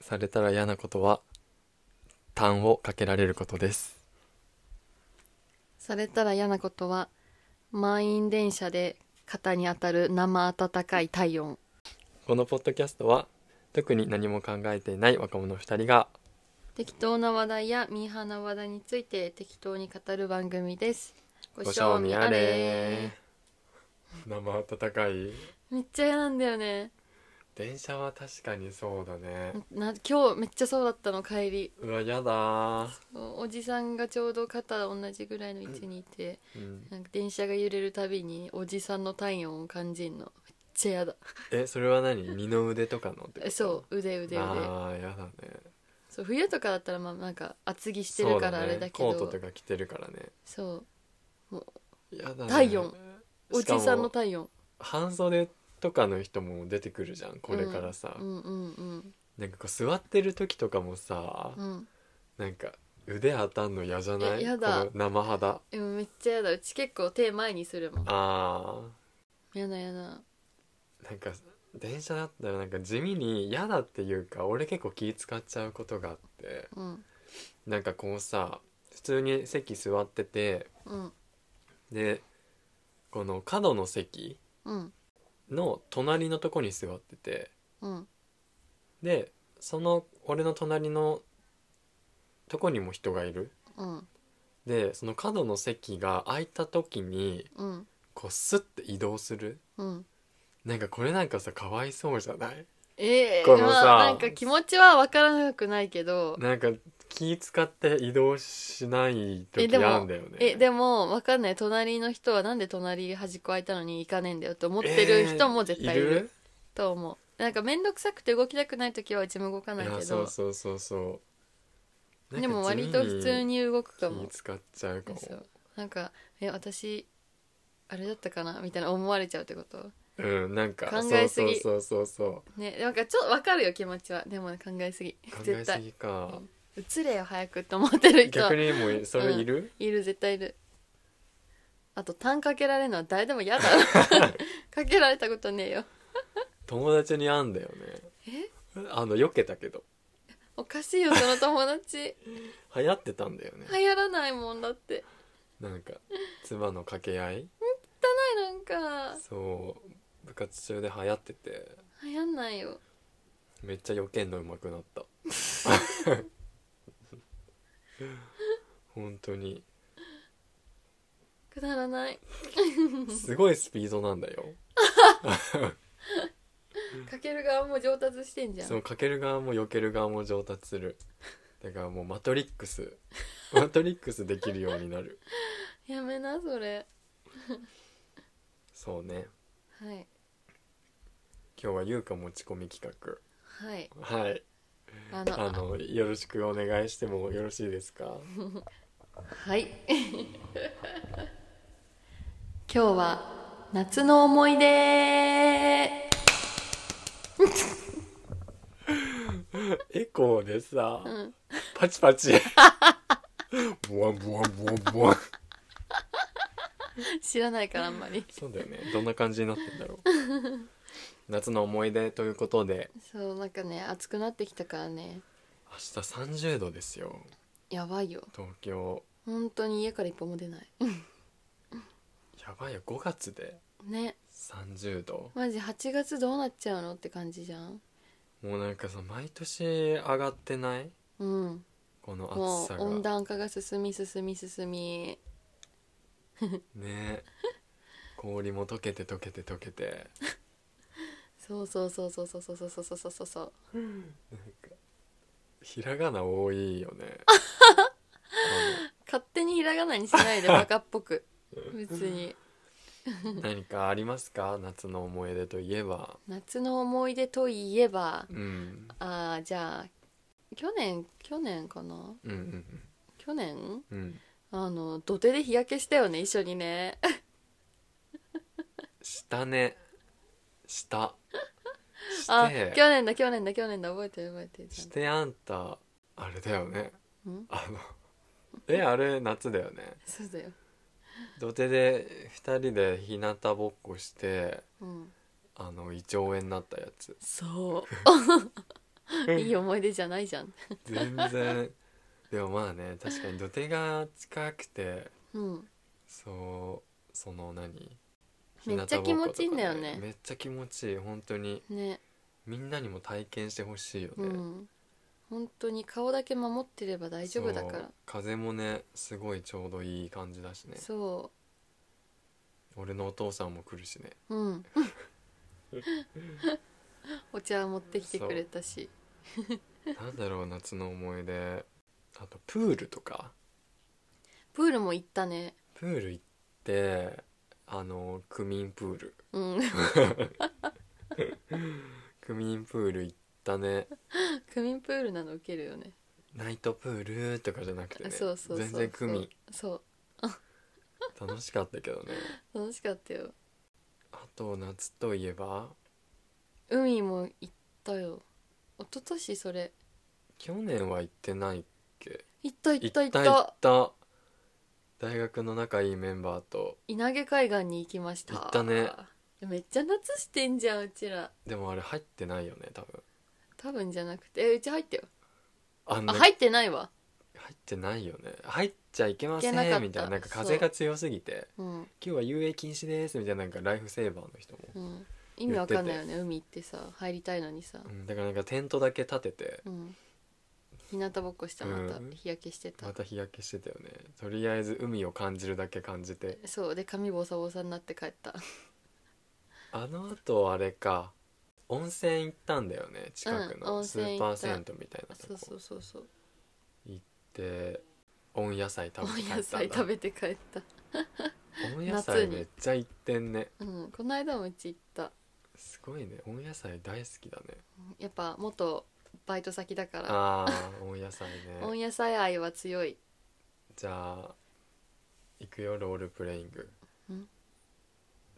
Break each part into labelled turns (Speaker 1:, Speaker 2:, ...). Speaker 1: されたら嫌なことは、痰をかけられることです。
Speaker 2: されたら嫌なことは満員電車で肩に当たる生温かい体温
Speaker 1: このポッドキャストは、特に何も考えていない若者2人が、
Speaker 2: 適当な話題やミーハーな話題について適当に語る番組ですご賞味あれ
Speaker 1: 生温かい。
Speaker 2: めっちゃ嫌なんだよね
Speaker 1: 電車は確かにそうだね。
Speaker 2: な今日めっちゃそうだったの帰り
Speaker 1: うわ、やだー。
Speaker 2: おじさんがちょうど肩同じぐらいの位置にいて、
Speaker 1: うん、
Speaker 2: なんか電車が揺れるたびにおじさんの体温を感じんのめっちゃ嫌だ
Speaker 1: え、それは何二の腕とかのってこ
Speaker 2: え
Speaker 1: と
Speaker 2: そう腕腕腕
Speaker 1: ああ、やだね。
Speaker 2: そう冬とかだったらまあなんか厚着してるからあれだけど
Speaker 1: そうね、コートとか着てるからね。
Speaker 2: そう
Speaker 1: やだね。
Speaker 2: 体温お
Speaker 1: しかも
Speaker 2: じさんの体温
Speaker 1: 半袖とかの人も出てくるじゃんこれからさ、
Speaker 2: うんうんうん
Speaker 1: なんかこう座ってる時とかもさ、
Speaker 2: うん
Speaker 1: なんか腕当たんの嫌じゃない
Speaker 2: えやだ
Speaker 1: この生肌
Speaker 2: でもめっちゃやだうち結構手前にするもん
Speaker 1: あ
Speaker 2: やだやだ
Speaker 1: ーなんか電車だったらなんか地味に嫌だっていうか俺結構気使っちゃうことがあって
Speaker 2: うん
Speaker 1: なんかこうさ普通に席座ってて
Speaker 2: うん
Speaker 1: でこの角の席
Speaker 2: うん
Speaker 1: の隣のとこに座ってて
Speaker 2: うん
Speaker 1: でその俺の隣のとこにも人がいる
Speaker 2: うん
Speaker 1: でその角の席が空いた時に
Speaker 2: うん
Speaker 1: こうスッて移動する
Speaker 2: うん
Speaker 1: なんかこれなんかさかわいそうじゃない
Speaker 2: ええ
Speaker 1: このさ
Speaker 2: まあなんか気持ちは分からなくないけど
Speaker 1: なんか気使って移動しない時
Speaker 2: えでも
Speaker 1: あるんだよね
Speaker 2: えでも分かんない隣の人はなんで隣端っこ空いたのに行かねえんだよって思ってる人も絶対い
Speaker 1: えー
Speaker 2: ると思う、なんか面倒くさくて動きたくない時はうちも動かない
Speaker 1: い
Speaker 2: け
Speaker 1: や
Speaker 2: ど
Speaker 1: そうそうそうそう
Speaker 2: でも割と普通
Speaker 1: に
Speaker 2: に動くかも
Speaker 1: 気使っちゃうかも
Speaker 2: そうなんか「え私あれだったかな?」みたいな思われちゃうってこと
Speaker 1: うんなんか
Speaker 2: 考えすぎ
Speaker 1: そうそうそう
Speaker 2: ねなんかちょっと分かるよ気持ちはでも考えすぎ
Speaker 1: そう考え
Speaker 2: 絶
Speaker 1: す
Speaker 2: 対
Speaker 1: ぎか
Speaker 2: 移れよ早くって思ってる人は
Speaker 1: 逆にもうそれいる、
Speaker 2: いる絶対いるあと単かけられるのは誰でも 嫌だかけられたことねえよ
Speaker 1: 友達にあんだよねあの避けたけど
Speaker 2: おかしいよその友達
Speaker 1: 流行ってたんだよね、
Speaker 2: 流行らないもんだって
Speaker 1: なんか妻の掛け合い
Speaker 2: なんか
Speaker 1: そう部活中で流行ってて
Speaker 2: 流行んないよ
Speaker 1: めっちゃ避けんの上手くなった本当に
Speaker 2: くだらない
Speaker 1: すごいスピードなんだよ
Speaker 2: かける側も上達してんじゃん
Speaker 1: そのかける側も避ける側も上達するだからもうマトリック スマトリックスできるようになる
Speaker 2: やめなそれ
Speaker 1: そうね
Speaker 2: はい
Speaker 1: 今日は優香持ち込み企
Speaker 2: はい
Speaker 1: 画はい
Speaker 2: あの
Speaker 1: あのよろしくお願いしてもよろしいですか
Speaker 2: はい。 今日は夏の思い出。
Speaker 1: エコーでさ、
Speaker 2: ん
Speaker 1: パチ パチブワンブワンブワンブワン
Speaker 2: 知らないからあんまり。
Speaker 1: そうだよねどんな感じになってんだろう夏の思い出ということで
Speaker 2: そうなんかね暑くなってきたからね。
Speaker 1: 明日30度ですよ
Speaker 2: やばいよ。
Speaker 1: 東京
Speaker 2: 本当に家から一歩も出ない。
Speaker 1: やばいよ5月で
Speaker 2: ね。
Speaker 1: 30度
Speaker 2: マジ8月どうなっちゃうのって感じじゃん。
Speaker 1: もうなんかさ毎年上がってない
Speaker 2: うん。
Speaker 1: この
Speaker 2: も
Speaker 1: 暑さ
Speaker 2: う温
Speaker 1: が
Speaker 2: 暖化が進み進み進み。
Speaker 1: ね氷も溶けて溶けて溶けて
Speaker 2: そうそうそうそうそうそうそうそうそうそうそう。
Speaker 1: ひらがな多 いよね
Speaker 2: 勝手にひらがなにしないでバカっぽく。別に。
Speaker 1: あ の何かありますか夏の思い出といえば
Speaker 2: 夏の思い出といえば。
Speaker 1: うん
Speaker 2: あーじゃあ去年去年かな
Speaker 1: うんうん
Speaker 2: 去年
Speaker 1: うんうん
Speaker 2: あの土手で日焼けしたよね一緒にね
Speaker 1: 下ね下
Speaker 2: あ
Speaker 1: して
Speaker 2: 去年だ去年だ去年だ覚えてる覚えてるちゃ
Speaker 1: し
Speaker 2: んと
Speaker 1: てあんたあれだよね
Speaker 2: ん
Speaker 1: あのえあれ夏だよね
Speaker 2: そうだよ、
Speaker 1: 土手で2人で日向ぼっこして
Speaker 2: うん、
Speaker 1: あの胃腸炎になったやつ
Speaker 2: そう いい思い出じゃないじゃん
Speaker 1: 全然 でもまあね確かに土手が近くて
Speaker 2: うん
Speaker 1: そうその何
Speaker 2: めっちゃ気持ちいいんだよね
Speaker 1: 日向ぼっことかめっちゃ気持ちいい本当に
Speaker 2: ね
Speaker 1: みんなにも体験してほしいよね、
Speaker 2: うん本当に顔だけ守ってれば大丈夫だから
Speaker 1: そう風もねすごいちょうどいい感じだしね
Speaker 2: そ
Speaker 1: 俺のお父さんも来るしね
Speaker 2: ううんお茶持ってきてくれたし
Speaker 1: なんだろう夏の思い出あとプールとか
Speaker 2: プールも行ったね
Speaker 1: プール行ってあの区民プール
Speaker 2: うん
Speaker 1: 区民プール行ったね
Speaker 2: 区民プールなの受けるよね
Speaker 1: ナイトプールとかじゃなくてね
Speaker 2: そうそうそう
Speaker 1: 全然区民
Speaker 2: そう
Speaker 1: 楽しかったけど ね
Speaker 2: 楽しかったよ
Speaker 1: あと夏といえば
Speaker 2: 海も行ったよ一昨年それ
Speaker 1: 去年は行ってないっけ
Speaker 2: 行った行った行った
Speaker 1: 行った大学の仲いいメンバーと
Speaker 2: 稲毛海岸に行きました
Speaker 1: 行ったね
Speaker 2: めっちゃ夏してんじゃんうちら
Speaker 1: でもあれ入ってないよね多分
Speaker 2: 多分じゃなくてえうち入ったよ
Speaker 1: あん
Speaker 2: あ
Speaker 1: な
Speaker 2: 入ってないわ
Speaker 1: 入ってないよね入っちゃいけません
Speaker 2: いけなかった
Speaker 1: みたいななんか
Speaker 2: そう
Speaker 1: 風が強すぎて
Speaker 2: うん、
Speaker 1: 今日は遊泳禁止ですみたいななんかライフセーバーの人も、
Speaker 2: うん、意味わかんないよね海行ってさ入りたいのにさ
Speaker 1: うん、だからなんかテントだけ立てて
Speaker 2: うん日向ぼっこしたまた
Speaker 1: うん
Speaker 2: 日焼けしてた、
Speaker 1: また日焼けしてたよねとりあえず海を感じるだけ感じて
Speaker 2: そうで髪ボサボサになって帰 った
Speaker 1: あのあとあれか温泉行ったんだよね近く
Speaker 2: うん
Speaker 1: の
Speaker 2: 温
Speaker 1: ス
Speaker 2: 泉行っ
Speaker 1: ーパー
Speaker 2: た
Speaker 1: 銭湯みたいなと
Speaker 2: そうそ
Speaker 1: こ
Speaker 2: うそうそう
Speaker 1: で温野菜
Speaker 2: 温
Speaker 1: 食べ
Speaker 2: 野
Speaker 1: て帰ったん
Speaker 2: 菜
Speaker 1: だ
Speaker 2: 食べて帰った
Speaker 1: 温野菜
Speaker 2: 夏に
Speaker 1: めっちゃ行ってんね
Speaker 2: うんこの間もうち行った
Speaker 1: すごいね温野菜大好きだね
Speaker 2: やっぱ元バイト先だから
Speaker 1: ああ温野菜ね
Speaker 2: 温野菜愛は強い
Speaker 1: じゃあ行くよロールプレイング
Speaker 2: うん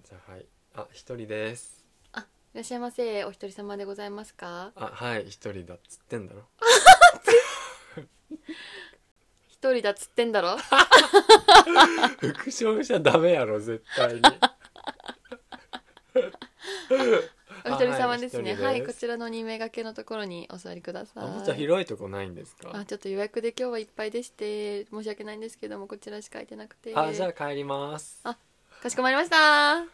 Speaker 1: じゃあはいあ一人です
Speaker 2: いらっしゃいませお一人様でございますか
Speaker 1: あはい一人だっつってんだろ
Speaker 2: 一人だっつってん だろ
Speaker 1: 復唱しちゃダメやろ絶対 に
Speaker 2: お一人様ですね
Speaker 1: あ
Speaker 2: は
Speaker 1: は
Speaker 2: い
Speaker 1: い一人
Speaker 2: こ
Speaker 1: です
Speaker 2: ちらの2名掛けのところにお座りください
Speaker 1: あもうちゃん広いとこないんですか
Speaker 2: あちょっと予約で今日はいっぱいでして申し訳ないんですけどもこちらしか空いてなくて
Speaker 1: あじゃあ帰ります
Speaker 2: かしこまりました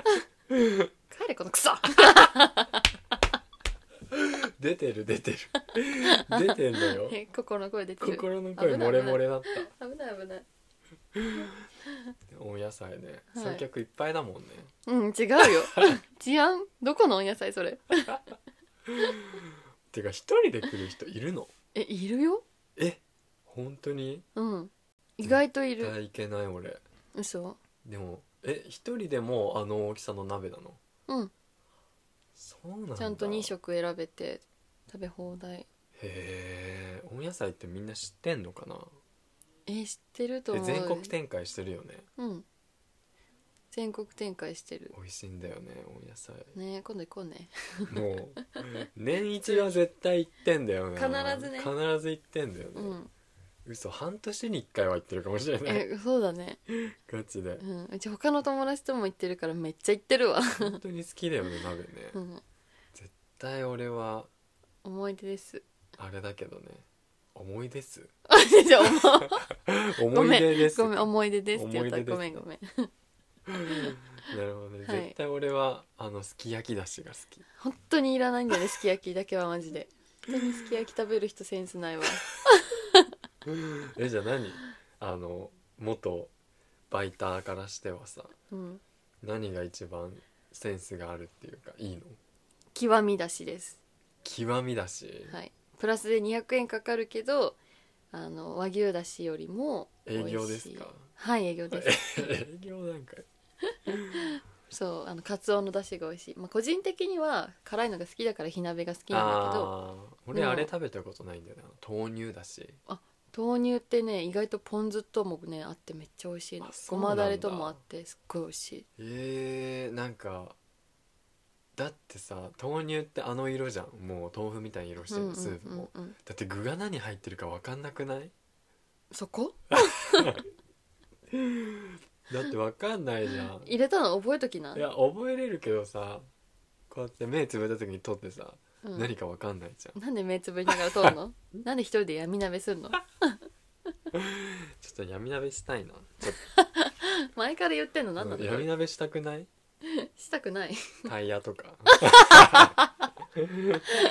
Speaker 2: 帰れこのクソ
Speaker 1: 出てる出てる 出てん だよ
Speaker 2: え心の声出てる
Speaker 1: 心の声漏れ漏れだっ
Speaker 2: 危ない危ない
Speaker 1: た温野菜ね
Speaker 2: はい
Speaker 1: 三脚いっぱいだもんね
Speaker 2: うん違うよ 治安どこの温野菜それ
Speaker 1: てか一人で来る人いるの
Speaker 2: えいるよ
Speaker 1: え本当に
Speaker 2: うん意外とい
Speaker 1: い
Speaker 2: る
Speaker 1: いけない俺
Speaker 2: 嘘
Speaker 1: でもえ一人でもあの大きさの鍋なの
Speaker 2: うん
Speaker 1: そうなんだ
Speaker 2: ちゃんと2食選べて食べ放題
Speaker 1: へえ温野菜ってみんな知ってんのかな
Speaker 2: え知ってると
Speaker 1: え
Speaker 2: 思う
Speaker 1: 全国展開してるよね
Speaker 2: うん全国展開してる
Speaker 1: 美味しいんだよね温野菜
Speaker 2: ねえ今度行こうね
Speaker 1: もう 年一は絶対行ってんだよな
Speaker 2: 必ずね
Speaker 1: 必ず行ってんだよね、
Speaker 2: うん
Speaker 1: 嘘半年に1回は行ってるかもしれない
Speaker 2: えそうだね
Speaker 1: ガチで
Speaker 2: うん、うち他の友達とも行ってるからめっちゃ行ってるわ、
Speaker 1: 本当に好きだよね鍋ね
Speaker 2: うん、
Speaker 1: 絶対俺は
Speaker 2: 思い出です
Speaker 1: あれだけどね思いです
Speaker 2: あじゃあ思ご
Speaker 1: 思い
Speaker 2: め
Speaker 1: 出です
Speaker 2: ごめん思い出ですって言ったら
Speaker 1: 思い出です
Speaker 2: ごめんごめん
Speaker 1: なるほどね、
Speaker 2: はい
Speaker 1: 絶対俺はあのすき焼きだしが好き
Speaker 2: 本当にいらないんだよねすき焼きだけはマジで本当にすき焼き食べる人センスないわ
Speaker 1: えじゃあ何あの元バイターからしてはさ
Speaker 2: うん
Speaker 1: 何が一番センスがあるっていうかいいの
Speaker 2: 極みだしです
Speaker 1: 極みだし、
Speaker 2: はいプラスで200円かかるけどあの和牛だしよりも美味しい
Speaker 1: 営業ですか
Speaker 2: はい営業です
Speaker 1: 営業なんか
Speaker 2: そうあのカツオのだしが美味しい、まあ、個人的には辛いのが好きだから火鍋が好きなんだけど
Speaker 1: あー
Speaker 2: で
Speaker 1: 俺
Speaker 2: も
Speaker 1: あれ食べたことないんだよな豆乳だし
Speaker 2: 豆乳ってね意外とポン酢ともねあってめっちゃ美味しいの
Speaker 1: あそ
Speaker 2: ご
Speaker 1: うなんだ
Speaker 2: まだれともあってすっごい美味しい
Speaker 1: えー、なんかだってさ豆乳ってあの色じゃんもう豆腐みたいな色してる、スープも
Speaker 2: うんうんうんうん
Speaker 1: だって具が何入ってるか分かんなくない
Speaker 2: そこ
Speaker 1: だって分かんないじゃんい
Speaker 2: 入れたの覚えときな
Speaker 1: や覚えれるけどさこうやって目つぶった時に取ってさ
Speaker 2: うん
Speaker 1: 何かわかんないじゃん
Speaker 2: なんで目つぶりながら撮る のなんで一人で闇鍋すんの
Speaker 1: ちょっと闇鍋したいなちょっ
Speaker 2: 前から言ってんの何な
Speaker 1: と
Speaker 2: の
Speaker 1: 闇鍋したくない
Speaker 2: したくない
Speaker 1: タイヤとか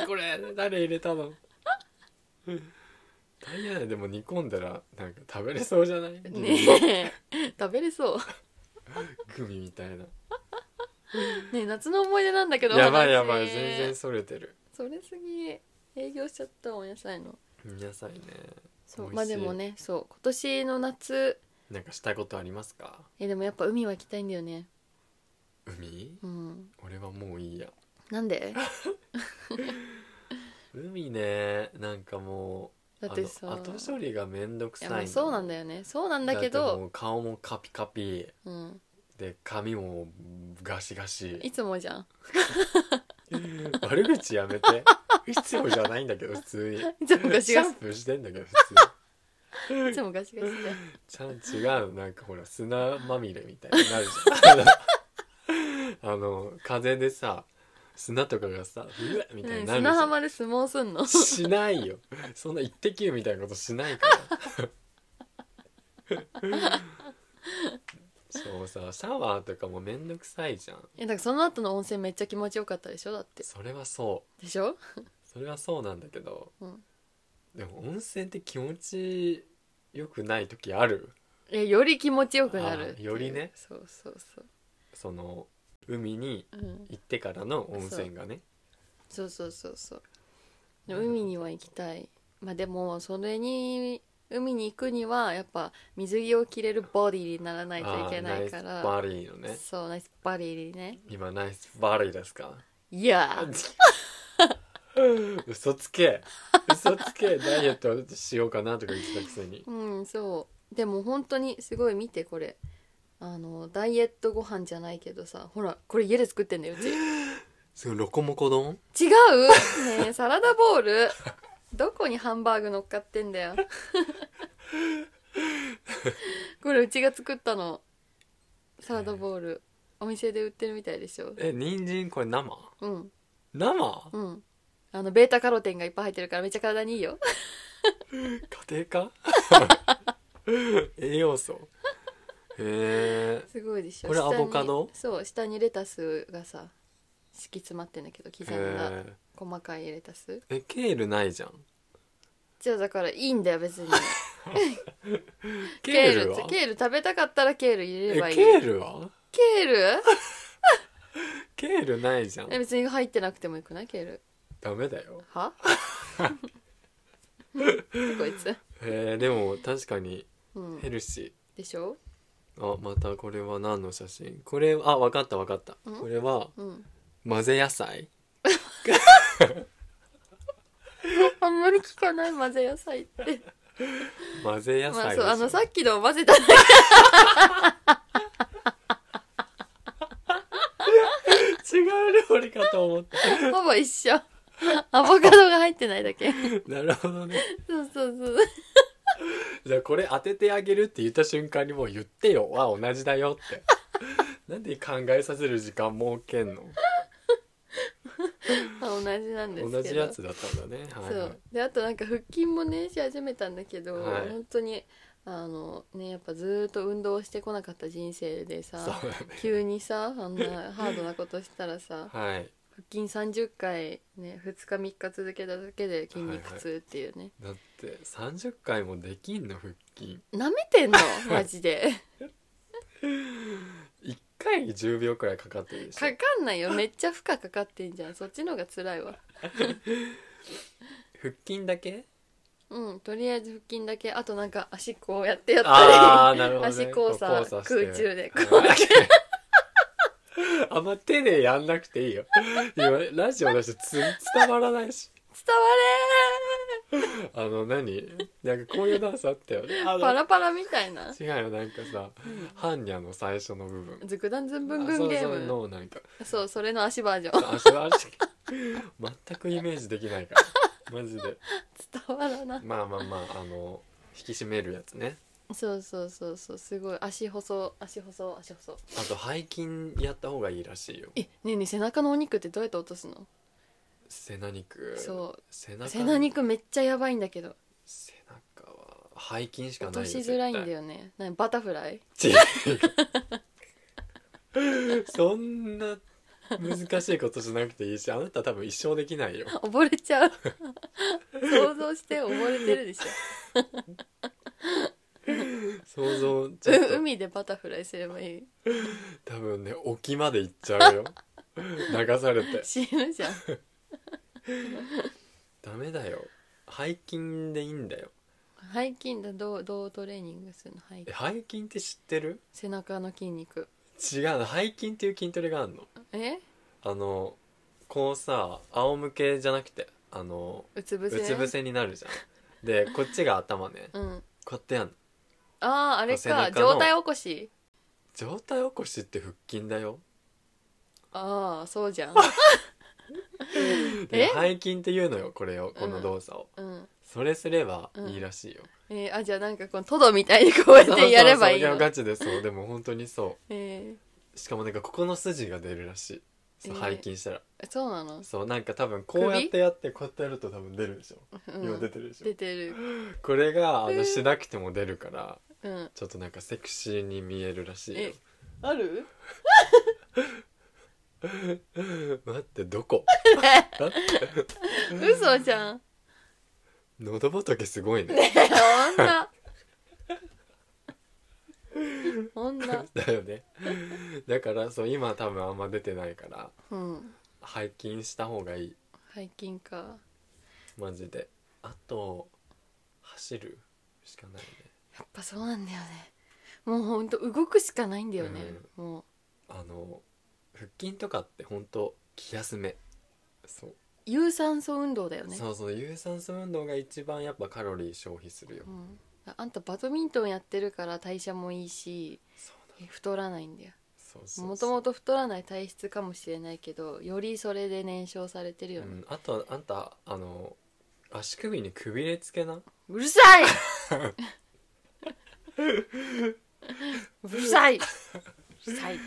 Speaker 1: これ誰入れたのタイヤでも煮込んだらなんか食べれそうじゃない、
Speaker 2: ねえ食べれそう
Speaker 1: グミみたいな
Speaker 2: ねえ夏の思い出なんだけど
Speaker 1: やばいやばい
Speaker 2: 話
Speaker 1: 全然それてる
Speaker 2: それすぎ営業しちゃったお野菜の
Speaker 1: 野菜ね
Speaker 2: そう
Speaker 1: 美
Speaker 2: まあ
Speaker 1: 味しい
Speaker 2: でもねそう今年の夏
Speaker 1: なんかしたいことありますか
Speaker 2: えでもやっぱ海は行きたいんだよね
Speaker 1: 海
Speaker 2: うん
Speaker 1: 俺はもういいや
Speaker 2: なん で
Speaker 1: 海ねなんかもう
Speaker 2: だってさ
Speaker 1: あの後処理がめんどく
Speaker 2: い
Speaker 1: さい
Speaker 2: やまあそうなんだよねそうなんだけ
Speaker 1: だっても
Speaker 2: ど
Speaker 1: う顔もカピカピ
Speaker 2: うん
Speaker 1: で髪もガシガシ
Speaker 2: いつもじゃん
Speaker 1: 悪口やめて必要じゃないんだけど普通に
Speaker 2: いつもガシガシ
Speaker 1: シャンプーしてんだけ
Speaker 2: い
Speaker 1: ど普
Speaker 2: つ
Speaker 1: 通に
Speaker 2: もガシガシじゃん
Speaker 1: ちゃん違うなんかほら砂まみれみたいになるじゃん あのあの風でさ砂とかがさうわ みたい
Speaker 2: ね
Speaker 1: に
Speaker 2: え
Speaker 1: なるじ
Speaker 2: 砂
Speaker 1: ゃん、
Speaker 2: 浜で相撲すんの
Speaker 1: しないよそんな一滴みたいなことしないから そうさシャワーとかもめんどくさいじゃん
Speaker 2: えだからその後の温泉めっちゃ気持ちよかったでしょだって
Speaker 1: それはそう
Speaker 2: でしょ
Speaker 1: それはそうなんだけど、
Speaker 2: うん
Speaker 1: でも温泉って気持ちよくない時ある
Speaker 2: えより気持ちよくなるっていう
Speaker 1: あよりね
Speaker 2: そうそうそう
Speaker 1: その海に
Speaker 2: うん
Speaker 1: 行ってからの温泉がね
Speaker 2: そうそうそうそうで海には行きたいまあでもそれに海に行くにはやっぱ水着を着れるボディにならないといけないか
Speaker 1: あ
Speaker 2: ら
Speaker 1: ーナイスバリーのね
Speaker 2: そうナイスバディにね
Speaker 1: 今ナイスバリーですか
Speaker 2: いや
Speaker 1: 嘘つけ嘘つけダイエットしようかなとか言ってたくせに
Speaker 2: うんそうでも本当にすごい見てこれあのダイエットご飯じゃないけどさほらこれ家で作ってんだようち
Speaker 1: すごいロコモコ丼
Speaker 2: 違うねえサラダボウルどこにハンバーグ乗っかってんだ よこれうちが作ったのサラダボウルお店で売ってるみたいでしょ
Speaker 1: え人参これ生
Speaker 2: うん
Speaker 1: 生
Speaker 2: うんあのベータカロテンがいっぱい入ってるからめっちゃ体にいいよ
Speaker 1: 家庭 科栄養素へえ
Speaker 2: すごいでしょ
Speaker 1: これ
Speaker 2: 下に
Speaker 1: アボカド
Speaker 2: そう下にレタスがさ敷き詰まってんだけど刻んだ
Speaker 1: へえ
Speaker 2: 細かいレタス
Speaker 1: えケールないじゃん
Speaker 2: じゃあだからいいんだよ別に
Speaker 1: ケール
Speaker 2: ケ
Speaker 1: は
Speaker 2: ールケール食べたかったらケール入れれば
Speaker 1: え
Speaker 2: いい
Speaker 1: ケールは
Speaker 2: ケール
Speaker 1: ケールないじゃん
Speaker 2: え別に入ってなくてもよくないケール
Speaker 1: ダメだよ
Speaker 2: はこいつ、
Speaker 1: えー、でも確かに
Speaker 2: うん
Speaker 1: ヘ、ルシ
Speaker 2: でしょ、
Speaker 1: ーあまたこれは何の写真これあわかったわかった
Speaker 2: ん
Speaker 1: これは
Speaker 2: うん、
Speaker 1: 混ぜ野菜
Speaker 2: あんまり聞かない混ぜ野菜って
Speaker 1: 混ぜ野
Speaker 2: まあ
Speaker 1: 菜
Speaker 2: そうあの
Speaker 1: でしょ
Speaker 2: さっきのを混ぜただけ
Speaker 1: 違う料理かと思った
Speaker 2: ほぼ一緒アボカドが入ってないだけ
Speaker 1: なるほどね
Speaker 2: そうそうそう
Speaker 1: じゃあこれ当ててあげるって言った瞬間にもう言ってよは同じだよって なんで考えさせる時間設けんの
Speaker 2: まあ同じなんですけど
Speaker 1: 同じやつだったんだねはい、
Speaker 2: そ
Speaker 1: はいう
Speaker 2: であとなんか腹筋もねし始めたんだけど、
Speaker 1: はい
Speaker 2: 本当にあのねやっぱずーっと運動してこなかった人生で
Speaker 1: そう
Speaker 2: さ
Speaker 1: だね
Speaker 2: 急にさあんなハードなことしたらさ
Speaker 1: はい
Speaker 2: 腹筋30回ね2日3日続けただけで筋肉痛っていうね、
Speaker 1: だって30回もできんの腹筋
Speaker 2: 舐めてんのマジで
Speaker 1: 1回に10秒くらいかかってるでしょ
Speaker 2: かかんないよめっちゃ負荷かかってんじゃんそっちの方が辛いわ
Speaker 1: 腹筋だけ
Speaker 2: うんとりあえず腹筋だけあとなんか足こうやってやった
Speaker 1: あーなるほど、ね、
Speaker 2: 足交差
Speaker 1: こうして
Speaker 2: 空中で
Speaker 1: あー
Speaker 2: こうや
Speaker 1: あんま手でやんなくていいよ今ラジオだしつ伝わらないし
Speaker 2: り伝わ
Speaker 1: あの何なんかこういうダンスあったよね
Speaker 2: れー
Speaker 1: あの
Speaker 2: パラパラみたいな
Speaker 1: 違うよなんかさ般若の最初の部分
Speaker 2: ずくだんずんぶんぐんゲ
Speaker 1: あ
Speaker 2: ー
Speaker 1: そうそう
Speaker 2: ム
Speaker 1: のなんか
Speaker 2: そうそれの足バージョン
Speaker 1: 足足全くイメージできないからマジで
Speaker 2: 伝わらな
Speaker 1: まあまあまああの引き締めるやつね
Speaker 2: そうそうそうそうすごい足細足細足細
Speaker 1: あと背筋やった方がいいらしいよ
Speaker 2: えねえねえ背中のお肉ってどうやって落とすの
Speaker 1: 背中肉
Speaker 2: そう
Speaker 1: 背中
Speaker 2: 背中肉めっちゃやばいんだけど
Speaker 1: 背中は背筋しか
Speaker 2: 落
Speaker 1: ないよ
Speaker 2: としづらいんだ
Speaker 1: 絶
Speaker 2: よねなんバタフライ
Speaker 1: 対違う そんな難しいことしなくていいしあなた多分一生できないよ
Speaker 2: 溺れちゃう 想像して溺れてるでし
Speaker 1: 想像 ち
Speaker 2: ょ
Speaker 1: ょっ
Speaker 2: う
Speaker 1: と
Speaker 2: 海でバタフライすればいい
Speaker 1: 多分ね沖まで行っちゃうよ 流されて
Speaker 2: 死ぬじゃん
Speaker 1: ダメだよ背筋でいいんだよ
Speaker 2: 背筋だどうどうトレーニングするの背
Speaker 1: え
Speaker 2: 筋
Speaker 1: 背筋って知ってる
Speaker 2: 背中の筋肉
Speaker 1: 違うの背筋っていう筋トレがあるの
Speaker 2: え
Speaker 1: あのこうさ仰向けじゃなくてあの
Speaker 2: うつ伏
Speaker 1: う
Speaker 2: せ
Speaker 1: つ伏せになるじゃんでこっちが頭ね
Speaker 2: うん
Speaker 1: こうやってやんの
Speaker 2: あああれ
Speaker 1: 背中
Speaker 2: か
Speaker 1: の
Speaker 2: 上体起こし
Speaker 1: 上体起こしって腹筋だよ
Speaker 2: ああそうじゃん
Speaker 1: で
Speaker 2: え
Speaker 1: 背筋っていうのよこれをこの動作を、
Speaker 2: うん
Speaker 1: それすればいいらしいよ、
Speaker 2: えーあじゃあなんかこのトドみたいにこうやって やればいい
Speaker 1: そう
Speaker 2: の
Speaker 1: そうそうやガチ でそうでも本当にそ
Speaker 2: え
Speaker 1: うしかもなんかここの筋が出るらしいそう
Speaker 2: え
Speaker 1: 背筋したら、
Speaker 2: ーそうなの、
Speaker 1: そうなんか多分こうやってやってこうやってやると多分出るでしょ、
Speaker 2: うん
Speaker 1: 今出てるでしょ
Speaker 2: 出てる
Speaker 1: これがあ
Speaker 2: え
Speaker 1: の
Speaker 2: ー
Speaker 1: しなくても出るから
Speaker 2: うん
Speaker 1: ちょっとなんかセクシーに見えるらしいよ
Speaker 2: えある
Speaker 1: 待ってどこ待って
Speaker 2: 嘘じゃん
Speaker 1: 喉仏すごいね
Speaker 2: え女女
Speaker 1: だよねだからそう今多分あんま出てないから
Speaker 2: うん
Speaker 1: 背筋した方がいい
Speaker 2: 背筋か
Speaker 1: マジであと走るしかないね
Speaker 2: やっぱそうなんだよねもうほんと動くしかないんだよね、もう
Speaker 1: あの腹筋とかって本当気休めそう
Speaker 2: 有酸素運動だよね
Speaker 1: そうそう有酸素運動が一番やっぱカロリー消費するよ、
Speaker 2: うん、あんたバドミントンやってるから代謝もいいし
Speaker 1: そうだ
Speaker 2: え太らないんだよ
Speaker 1: そうそうそう
Speaker 2: もともと太らない体質かもしれないけどよりそれで燃焼されてるよ
Speaker 1: う
Speaker 2: ね、
Speaker 1: ん、あとあんたあの足首にくびれつけな
Speaker 2: うるさ いうるさいうるさいな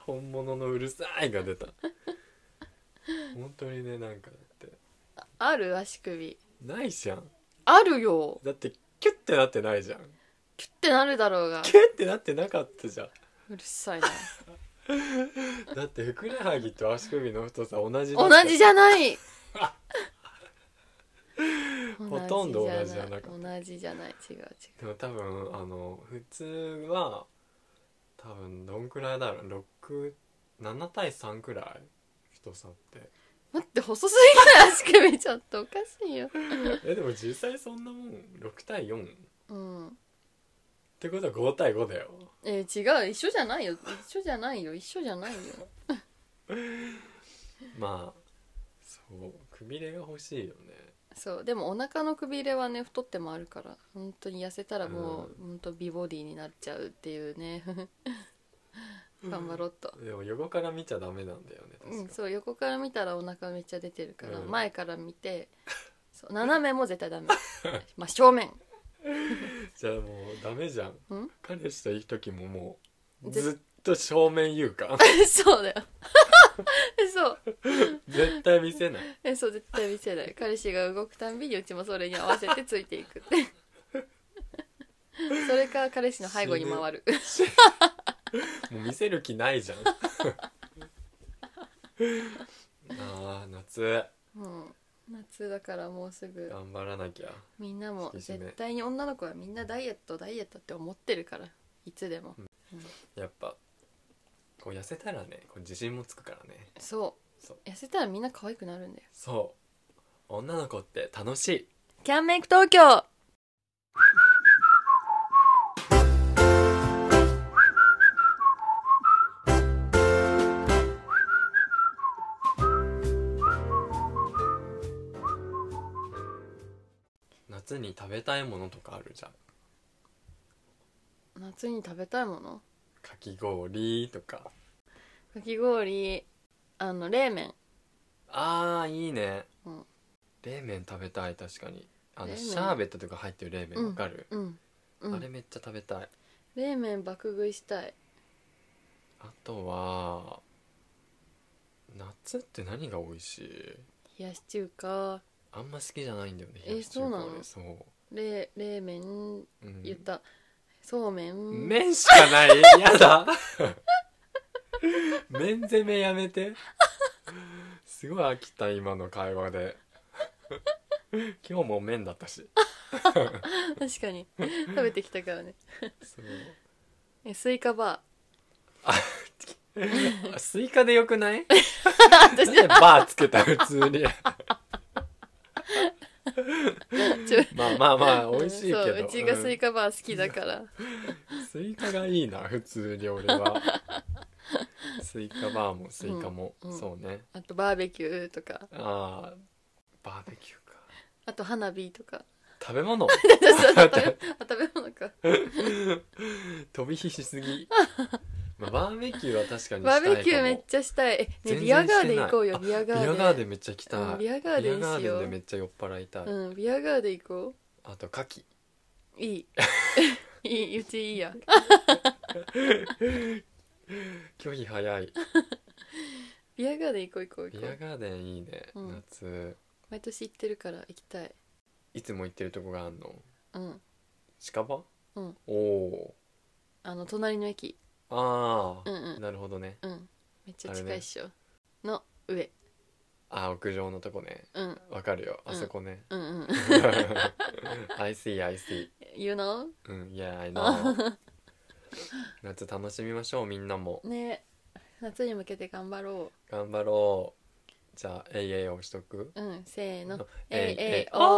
Speaker 1: 本物のうるさいが 出た本当にねなんかだって
Speaker 2: ある足首
Speaker 1: ないじゃん
Speaker 2: あるよ
Speaker 1: だってキュッてなってないじゃん
Speaker 2: キュッてなるだろうが
Speaker 1: キュッてなってなかったじゃん
Speaker 2: うるさ いな
Speaker 1: だってふくらはぎと足首の太さ同じだ
Speaker 2: 同
Speaker 1: った
Speaker 2: じじゃない
Speaker 1: ほとんど同じじゃなかった
Speaker 2: 同じじゃない違う違う
Speaker 1: でも多分あの普通は多分どんくらいだろう67対3くらい太さって
Speaker 2: 待って細すぎない足首ちょっとおかしいよ
Speaker 1: えでも実際そんなもん6対4っ
Speaker 2: うん
Speaker 1: てことは5対5だよ
Speaker 2: えー、違う一緒じゃないよ一緒じゃないよ一緒じゃないよ
Speaker 1: まあそうくびれが欲しいよね
Speaker 2: そうでもお腹のくびれはね太ってもあるから本当に痩せたらもう、本当美ボディになっちゃうっていうね 頑張ろうと、
Speaker 1: でも横から見ちゃダメなんだよね確
Speaker 2: うん、
Speaker 1: か、
Speaker 2: そう横から見たらお腹めっちゃ出てるから、
Speaker 1: うん
Speaker 2: 前から見 てそう斜めも絶対ダメ まあ正面
Speaker 1: じゃあもうダメじゃん
Speaker 2: ん
Speaker 1: 彼氏といい時ももう
Speaker 2: ぜ
Speaker 1: ずっと正面言うか
Speaker 2: そうだよ そう
Speaker 1: 絶対見せない
Speaker 2: えそう絶対見せない彼氏が動くたんびにうちもそれに合わせてついてい くってそれか彼氏の背後に回る
Speaker 1: もう見せる気ないじゃんあー夏
Speaker 2: うん夏だからもうすぐ
Speaker 1: 頑張らなきゃ
Speaker 2: みんなも
Speaker 1: 引き締め
Speaker 2: 絶対に女の子はみんなダイエットダイエットって思ってるからいつでも
Speaker 1: やっぱこう痩せたらねこう自信もつくからね
Speaker 2: そ
Speaker 1: そう
Speaker 2: う痩せたらみんな可愛くなるんだよ
Speaker 1: そう女の子って楽しい
Speaker 2: キャンメイク東京
Speaker 1: 夏に食べたいものとかあるじゃん
Speaker 2: 夏に食べたいもの
Speaker 1: かき氷とか
Speaker 2: かき氷あの冷麺
Speaker 1: あーいいね、
Speaker 2: うん
Speaker 1: 冷麺食べたい確かにあ
Speaker 2: 冷
Speaker 1: の
Speaker 2: 麺
Speaker 1: シャーベットとか入ってる冷
Speaker 2: う
Speaker 1: 麺
Speaker 2: ん
Speaker 1: わかる、
Speaker 2: うん、う
Speaker 1: あれ
Speaker 2: ん、
Speaker 1: めっちゃ食べたい
Speaker 2: 冷麺爆食いしたい
Speaker 1: あとは夏って何が美味しい
Speaker 2: 冷やし中華
Speaker 1: あんま好きじゃないんだよね
Speaker 2: えそうなの
Speaker 1: 俺そ
Speaker 2: 冷冷麺
Speaker 1: う、うん、
Speaker 2: 言った、そうめん
Speaker 1: 麺しかないやだ麺攻めやめてすごい飽きた今の会話で今日も麺だったし
Speaker 2: 確かに食べてきたからね
Speaker 1: そう
Speaker 2: えスイカバ
Speaker 1: あスイカでよくない
Speaker 2: ー
Speaker 1: な
Speaker 2: 私
Speaker 1: んでバーつけた普通 に
Speaker 2: ちょ
Speaker 1: まあまあまあ美味しいけど
Speaker 2: そううちがスイ
Speaker 1: カ、
Speaker 2: カバー好きだから、
Speaker 1: うんスイカがい いな普通に俺はスイカバーもスイカも、
Speaker 2: うんうん
Speaker 1: そうね
Speaker 2: あとバーベキューとか
Speaker 1: あーバーベキューか
Speaker 2: あと花火とか
Speaker 1: 食 べ物
Speaker 2: 食べ あ食べ物か
Speaker 1: 飛び火しすぎ、まあ、バーベキューは確かにしたいかも
Speaker 2: バーベキューめっちゃしたいえ、ね、ビアガーで行こうよ
Speaker 1: 全
Speaker 2: ビア
Speaker 1: 然して
Speaker 2: ガ
Speaker 1: ない
Speaker 2: ー
Speaker 1: あ
Speaker 2: で
Speaker 1: ビアガーデンめっちゃ行きたい、
Speaker 2: うんビアガーデンしよう
Speaker 1: ビアガーデンでめっちゃ酔っ払いたい、
Speaker 2: うんビアガーで行こ
Speaker 1: あと牡蠣
Speaker 2: う いいいいうちいいや
Speaker 1: 拒否早い
Speaker 2: ビアガーデン行こう行こう
Speaker 1: ビ
Speaker 2: 行こ
Speaker 1: ア
Speaker 2: う
Speaker 1: ガーデンいいね、
Speaker 2: うん
Speaker 1: 夏
Speaker 2: 毎年行ってるから行きたい
Speaker 1: いつも行ってるとこがあんの
Speaker 2: うん
Speaker 1: 近場
Speaker 2: うん
Speaker 1: おお
Speaker 2: あの隣の駅
Speaker 1: ーあ
Speaker 2: う
Speaker 1: あ、
Speaker 2: んうん
Speaker 1: なるほどね
Speaker 2: うんめっちゃ近いっしょ、の上
Speaker 1: あー屋上のとこね
Speaker 2: うん
Speaker 1: わかるよあそ こね、
Speaker 2: うんうん
Speaker 1: I see I see
Speaker 2: You know?
Speaker 1: うん Yeah I know 夏楽しみましょうみんなも
Speaker 2: ね夏に向けて頑張ろ
Speaker 1: 頑張ろうじゃあ AA 押しとく
Speaker 2: ううんせーの
Speaker 1: えいえい
Speaker 2: えいえいお